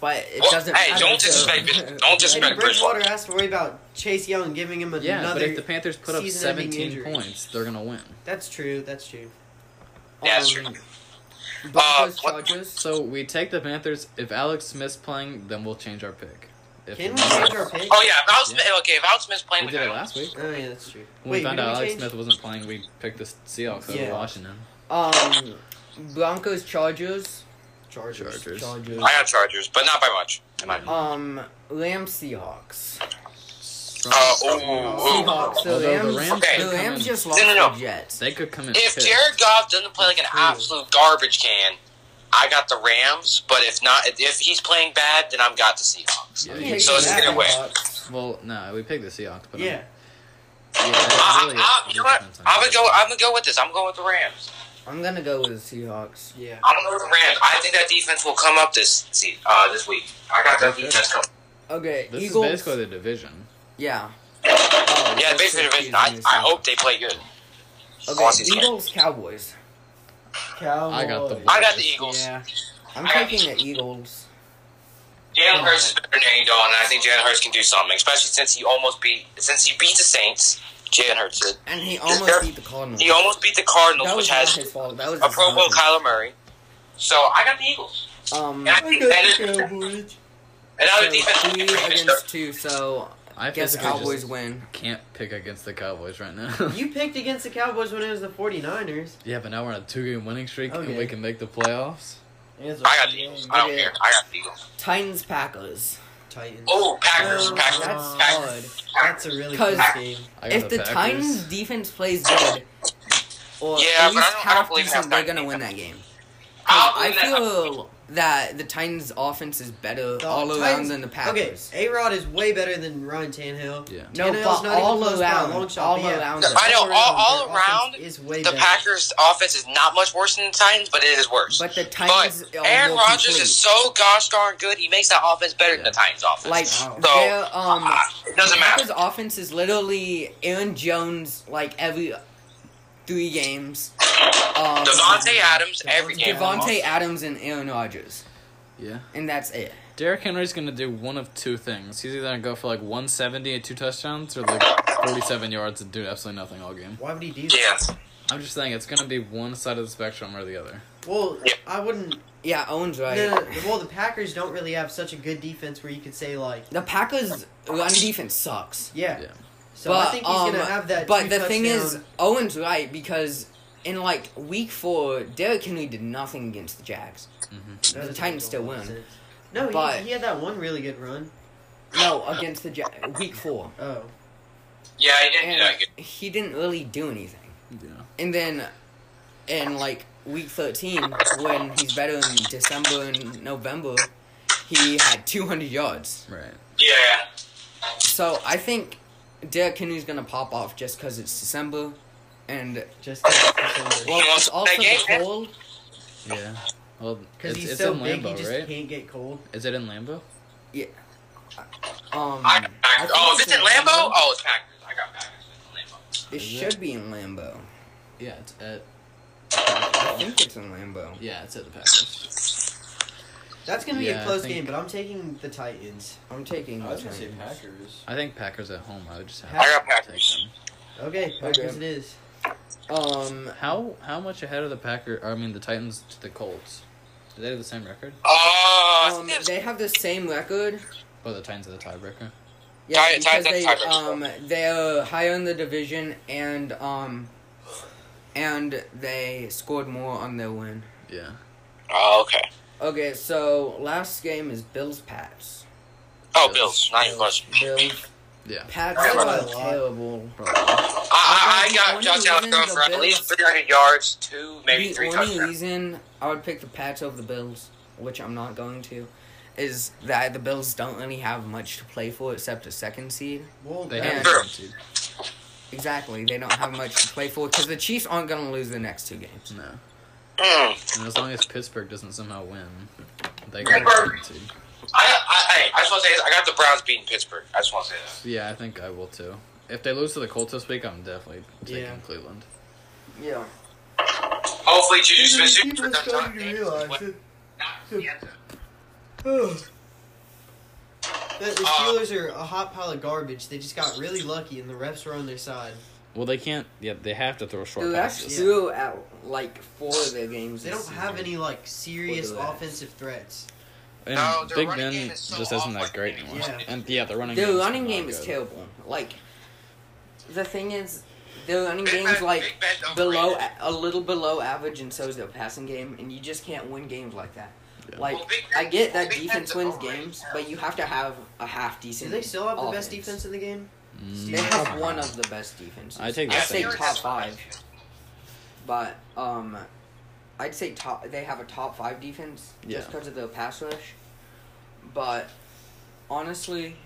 But it Well, doesn't. hey, matter don't to- disrespect Brid- don't Teddy disrespect Bridgewater Bridgewater. has to worry about Chase Young giving him another. Yeah, but if the Panthers put up season-ending 17 injury. points, they're going to win. that's true. That's true. Yeah, that's true. Um, Broncos, Uh, what- Chargers. So we take the Panthers. If Alex Smith's playing, then we'll change our pick. If Can we change our pick? Oh yeah, if Alex Smith, okay, if Alex Smith's We playing with did it him, last week. Oh yeah, that's true. When Wait, we found who did out Alex change? Smith wasn't playing, we picked the Seahawks over Yeah. Washington. Um, Broncos, Chargers. Chargers. Chargers. Chargers. I got Chargers, but not by much. Um, Rams, Seahawks. Uh, ooh, ooh. Seahawks. The Although the Rams, Rams Okay. the could come Rams in. just lost No, no, no. the Jets. They could come in. If fifth. Jared Goff doesn't play like an absolute garbage can, I got the Rams. But if not, if he's playing bad, then I've got the Seahawks. Yeah, Yeah, you- So it's yeah. gonna win. well, no, we picked the Seahawks, but Yeah. um, yeah, that I, really- I, I, Uh, you know what? I'm gonna go. I'm gonna go with this. I'm going with the Rams. I'm gonna go with the Seahawks. Yeah. I'm going with the Rams. I think that defense will come up this se- uh, this week. I got that defense coming. Okay, This Eagles. is basically the division. yeah. Yeah, basically division. I, I hope they play good. Okay, Austin's game. Eagles, Cowboys. Cowboys. I got the I got the Eagles. Yeah. I'm taking the Eagles. Jalen Hurts is better than Andy Dalton, and I think Jalen Hurts can do something, especially since he almost beat since he beat the Saints. Jalen Hurts did. And he almost beat the Cardinals. He almost beat the Cardinals, Mm-hmm. that was which not has his fault. That was a his Pro Bowl own. Kyler Murray. So I got the Eagles. Um, And [laughs] I think that is another Cowboys. so defense. three against two, so I I guess the physically Cowboys just win. can't pick against the Cowboys right now. You picked against the Cowboys when it was the 49ers. [laughs] yeah, but now we're on a two-game winning streak, and Okay. we can make the playoffs. I got the Eagles. I don't Okay. care. I got the Eagles. Titans, Packers. Titans. Oh, Packers, Oh, Packers, that's Packers. That's a really Cause- close game. I got If the, Packers. Titans defense plays good, or Yeah, at but I least don't- I don't half believe in decent, that they're gonna Titans win that game. 'Cause I'll I believe that. feel that the Titans' offense is better The all around Titans- than the Packers. Okay, A Rod is way better than Ryan Tannehill. Yeah. No, Tannehill's but not even all close by a around, long shot, all but yeah. around. I know, all- all their offense around, is way The better. Packers' offense is not much worse than the Titans, but it is worse. But the But Titans. are Aaron more Rodgers complete. is so gosh darn good. He makes that offense better than the Titans' offense. like so their um. uh, it doesn't matter. His offense is literally Aaron Jones like every three [laughs] games. Um, Devontae Adams every game. Devontae Adams and Aaron Rodgers, Yeah. and that's it. Derrick Henry's gonna do one of two things. He's either gonna go for like 170 and two touchdowns, or like 47 yards and do absolutely nothing all game. Why would he do Yeah. that? I'm just saying it's gonna be one side of the spectrum or the other. Well, Yeah. I wouldn't. Yeah, Owen's right. No, no, well, the Packers don't really have such a good defense where you could say like, The Packers run defense sucks. yeah. Yeah. So but I think he's um, gonna have that. but two the thing is, touchdown- Owen's right because in like week four, Derrick Henry did nothing against the Jags. No, Mm-hmm. the that's Titans not still what I win. said. No, he, But- he had that one really good run. No, against the Jag week four, Oh, Yeah, he didn't do and that good. he didn't really do anything. Yeah. And then in like week 13, when he's better in December and November, he had 200 yards. Right. Yeah. So I think Derrick Henry's going to pop off just because it's December. And, [laughs] Just because well, wants it's to also play the um, game, man. cold. Yeah. Well, it's, he's it's so in big, he Lambo, just right? can't get cold. Is it in Lambo? Um, I, I I, think oh, is this in Lambo? Lambeau. Oh, it's Packers. I got Packers. It's in Lambeau. It should be in Lambo. Yeah, it's at I think it's in Lambo. yeah, it's at the Packers. That's gonna be Yeah, I a close think- game, but I'm taking the Titans. I'm taking Oh, I the was gonna say Titans. Packers. I think Packers at home. I would just have I got to Packers. take them. Okay, Packers Okay. it is. Um, How how much ahead of the Packer? I mean the Titans to the Colts. Do they have the same record? Oh, I um, think it was- they have the same record. Oh, the Titans are the tiebreaker. Yeah, Tie- tie- because tie- they tie- um they're higher in the division and um and they scored more on their win. Yeah. oh, okay. Okay, so last game is Bills Pats. Oh, Bills. Bills. Not even close. Bills Yeah. Pats That's are a lot. terrible. I, I, I the only got Josh Allen reason going the for at Bills- least 300 yards, two, maybe the three only touchdowns. reason I would pick the Pats over the Bills, which I'm not going to, is that the Bills don't really have much to play for except a second seed. Well, They that- have And- the same seed. Exactly, they don't have much to play for because the Chiefs aren't going to lose the next two games. No. Mm. And as long as Pittsburgh doesn't somehow win, they can Pittsburgh. get seed. I, I, hey, I just want to say this. I got the Browns beating Pittsburgh. I just want to say that. Yeah, I think I will too. If they lose to the Colts this week, I'm definitely taking Yeah. Cleveland. Yeah. Hopefully, Juju Even Smith the people Schuster does not starting to think- realize What- that Yeah. the, the Steelers are a hot pile of garbage. They just got really lucky, and the refs were on their side. Well, they can't. Yeah, they have to throw short Dude, that's passes. passes. true at like four of their games. They this don't have season. any like serious Look at that. offensive threats. And No, their Big running Ben game is so just isn't off that like great anything. anymore. Yeah. And yeah, the running Their game's running not game is good. terrible. Like, the thing is, their running Big game's Ben- like Big Ben don't below create. a little below average, and so is their passing game, and you just can't win games like that. Yeah. Like, Well, Big I Ben- get that Big defense Ben's wins overrated. games, but you have to have a half Do decent. they still have the best offense. defense in the game? Mm, They have one of the best defenses. I take I'd the say Saints. top five, but um, I'd say top. They have a top five defense just Yeah. because of the pass rush. But honestly,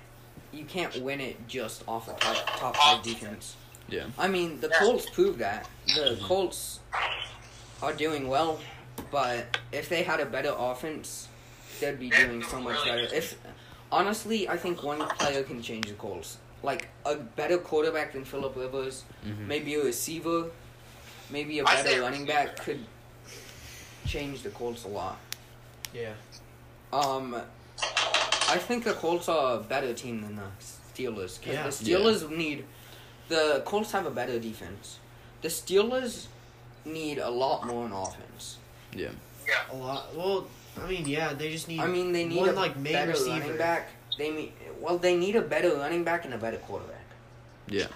you can't win it just off of top, top five defense. [laughs] Yeah. I mean, the Colts proved that. The Colts are doing well, but if they had a better offense, they'd be doing so much better. If honestly, I think one player can change the Colts. Like a better quarterback than Philip Rivers, Mhm. maybe a receiver, maybe a I better think- running back could change the Colts a lot. Yeah. Um, I think the Colts are a better team than the Steelers. 'cause Yeah. The Steelers need. The Colts have a better defense. The Steelers need a lot more on offense. Yeah. A lot. Well, I mean, yeah, they just need. I mean, they need one a like main better receiver. running back. They need, well, they need a better running back and a better quarterback. Yeah.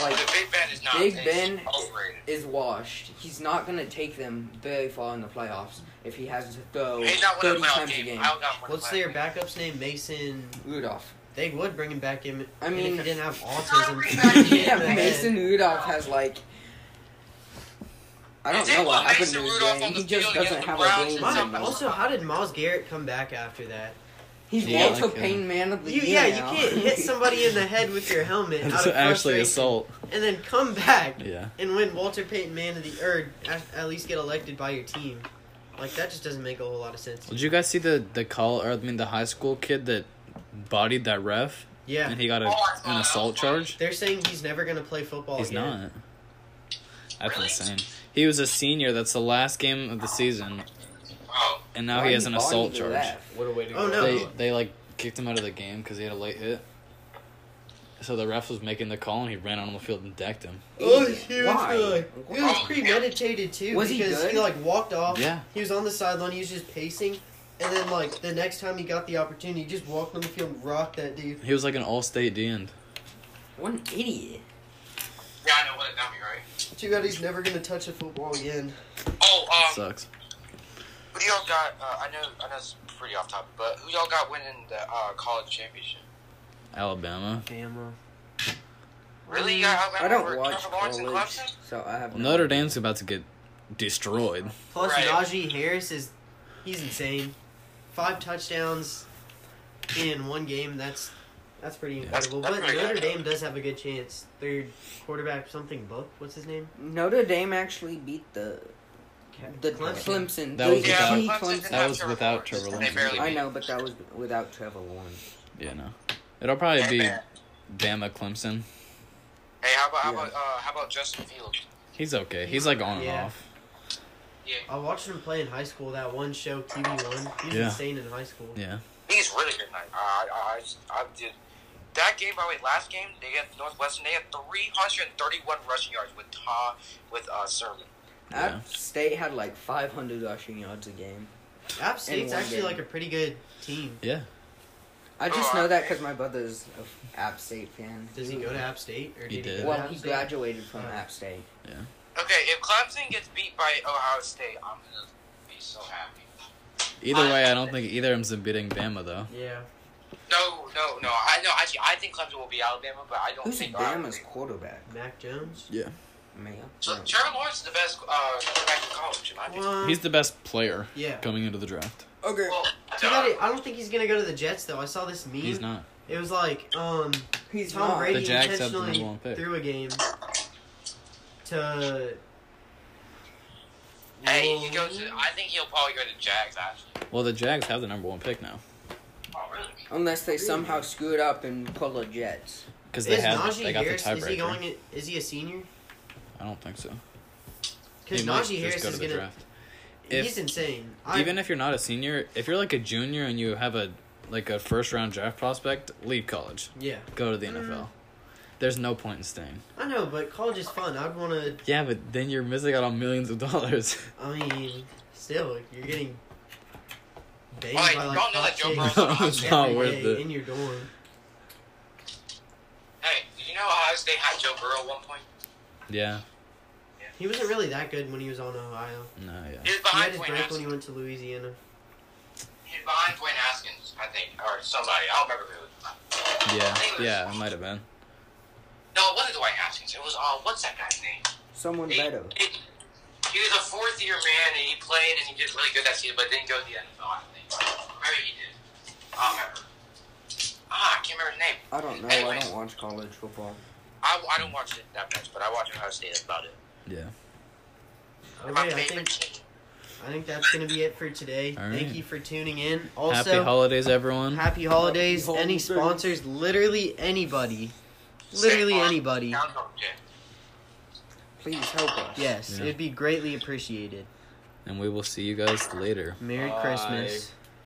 Like The Big Ben is not. Big he's Ben- Overrated. is washed. He's not gonna take them very far in the playoffs if he has to throw He's not winning thirty a playoff times a game. game. I would not win a What's playoff their game. backup's name? Mason. Rudolph. They would bring him back in. I and if mean- he didn't have [laughs] autism. [laughs] he'd yeah, be in the Mason head. Rudolph has like. I don't They know what put happened to Mason his Rudolph game. on the He just field against doesn't the have Browns a and Mom, game. something. also, how did Miles Garrett come back after that? He's Yeah, Walter okay. Payne man of the You, year. yeah, you now. can't hit [laughs] somebody in the head with [laughs] your helmet out It's of actually frustration assault. and then come back Yeah. and win Walter Payton Man of the Earth. At, at least get elected by your team. Like that just doesn't make a whole lot of sense. Did you guys see the the call? Or I mean, the high school kid that bodied that ref, Yeah, and he got a, Oh, I saw an that. assault charge. they're saying he's never gonna play Oh, football. He's again. not. That's Really? insane. He was a senior. That's the last game of the season, Wow. and now Why he you has an body assault the charge. ref? What a way to Oh, go. no. They they like kicked him out of the game because he had a late hit. So the ref was making the call, and he ran on the field and decked him. Oh, he was Why? like, it was premeditated too Was he because he, good? like walked off. Yeah. he was on the sideline. He was just pacing, and then like the next time he got the opportunity, he just walked on the field, and rocked that dude. He was like an all-state DN. What an idiot. Yeah, I know what a dummy, right? Too bad he's never gonna touch a football again. Oh, um, Sucks. who do y'all got? Uh, I know, I know it's pretty off topic, but who y'all got winning the uh, college championship? Alabama. Bama. Really? You got Mm, Alabama I over don't watch Trevor Lawrence and college, Clemson? so I have no. Notre Dame's about to get destroyed. Plus, Right. Najee Harris is he's insane. Five touchdowns in one game. That's that's pretty That's- incredible. that's but pretty Notre good. Dame does have a good chance. Their quarterback, something Book, what's his name? Notre Dame actually beat the the Clemson. Clemson. That was the without- key Clemson Clemson. didn't That have was Trevor without Lawrence. Trevor They Lawrence. barely I beat know, but that was without Trevor Lawrence. Yeah, no. It'll probably Hey, be man. Bama Clemson. Hey, how about how Yeah. about uh, how about Justin Fields? He's okay. He's like on and Yeah. off. Yeah, I watched him play in high school. That one show, QB One. He's Yeah. insane in high school. Yeah. he's really good. Night. I, I, I, I did that game. By the way, last game they got Northwestern. They had 331 rushing yards with Ta with uh, Sermon. Yeah. App State had like 500 rushing yards a game. App State's one actually game. like a pretty good team. Yeah. I just Oh, know that I- because my brother's a App State fan. Does he go to App State or did He he, did. go to Well, App he State? graduated from Oh. App State. Okay, if Clemson gets beat by Ohio State, I'm gonna be so happy. Either way, I don't think either of them's beating Bama though. Yeah. No, no, no. I know. Actually, I think Clemson will be Alabama, but I don't Who's think Bama's quarterback? Mac Jones. Yeah. Man. So, Trevor Lawrence is the best uh, quarterback in college, in my opinion. Well, He's the best player yeah. coming into the draft. Okay. Well, He duh. got it. I don't think he's gonna go to the Jets though. I saw this meme. He's not. It was like um He's Tom not. Brady The Jags have the number intentionally one pick. threw a game to. hey, he goes. To, I think he'll probably go to Jags. Actually. Well, the Jags have the number one pick now Oh, really? Unless they somehow screw it up and pull the Jets. because they Is had Najee they got the Harris? Is he going? tiebreaker. in- Is he a senior? I don't think so. Because He might Najee Harris just go to is the gonna. draft. If- he's insane. I, Even if you're not a senior, if you're like a junior and you have a like a first round draft prospect, leave college, yeah, go to the NFL. There's no point in staying. I know, but college is fun. I'd want to. Yeah, but then you're missing out on millions of [laughs] dollars. I mean, still, you're getting banged Alright, by like don't hot know that Joe chicks Burrow's It's not every worth day it. in your dorm. Hey, did you know Ohio State had Joe Burrow at one point? Yeah. He wasn't really that good when he was on Ohio. No. Yeah. He was He had behind his Dwayne break when he Haskins. went to Louisiana. He was behind Dwayne Haskins, I think, or somebody. I don't remember who. it was. Yeah. Yeah. It might have been. No, it wasn't Dwayne Haskins. It was uh, what's that guy's name? Someone He, better. he- he was a fourth year man, and he played and he did really good that season, but didn't go to the NFL. I don't think. Maybe he did. I don't remember. Ah, I can't remember his name. I don't know. I Anyways. don't watch college football. I, I don't watch it that much, but I watch Ohio State. That's about it. Yeah. Okay, My I favorite think team. I think that's gonna be it for today. All right. Thank you for tuning in. Also, Happy holidays, everyone. Happy holidays. Happy Any holidays. sponsors, literally anybody. Literally Saquon anybody. Downhill, yeah. Please help us. Yes, Yeah. it'd be greatly appreciated. and we will see you guys later. Merry Bye. Christmas.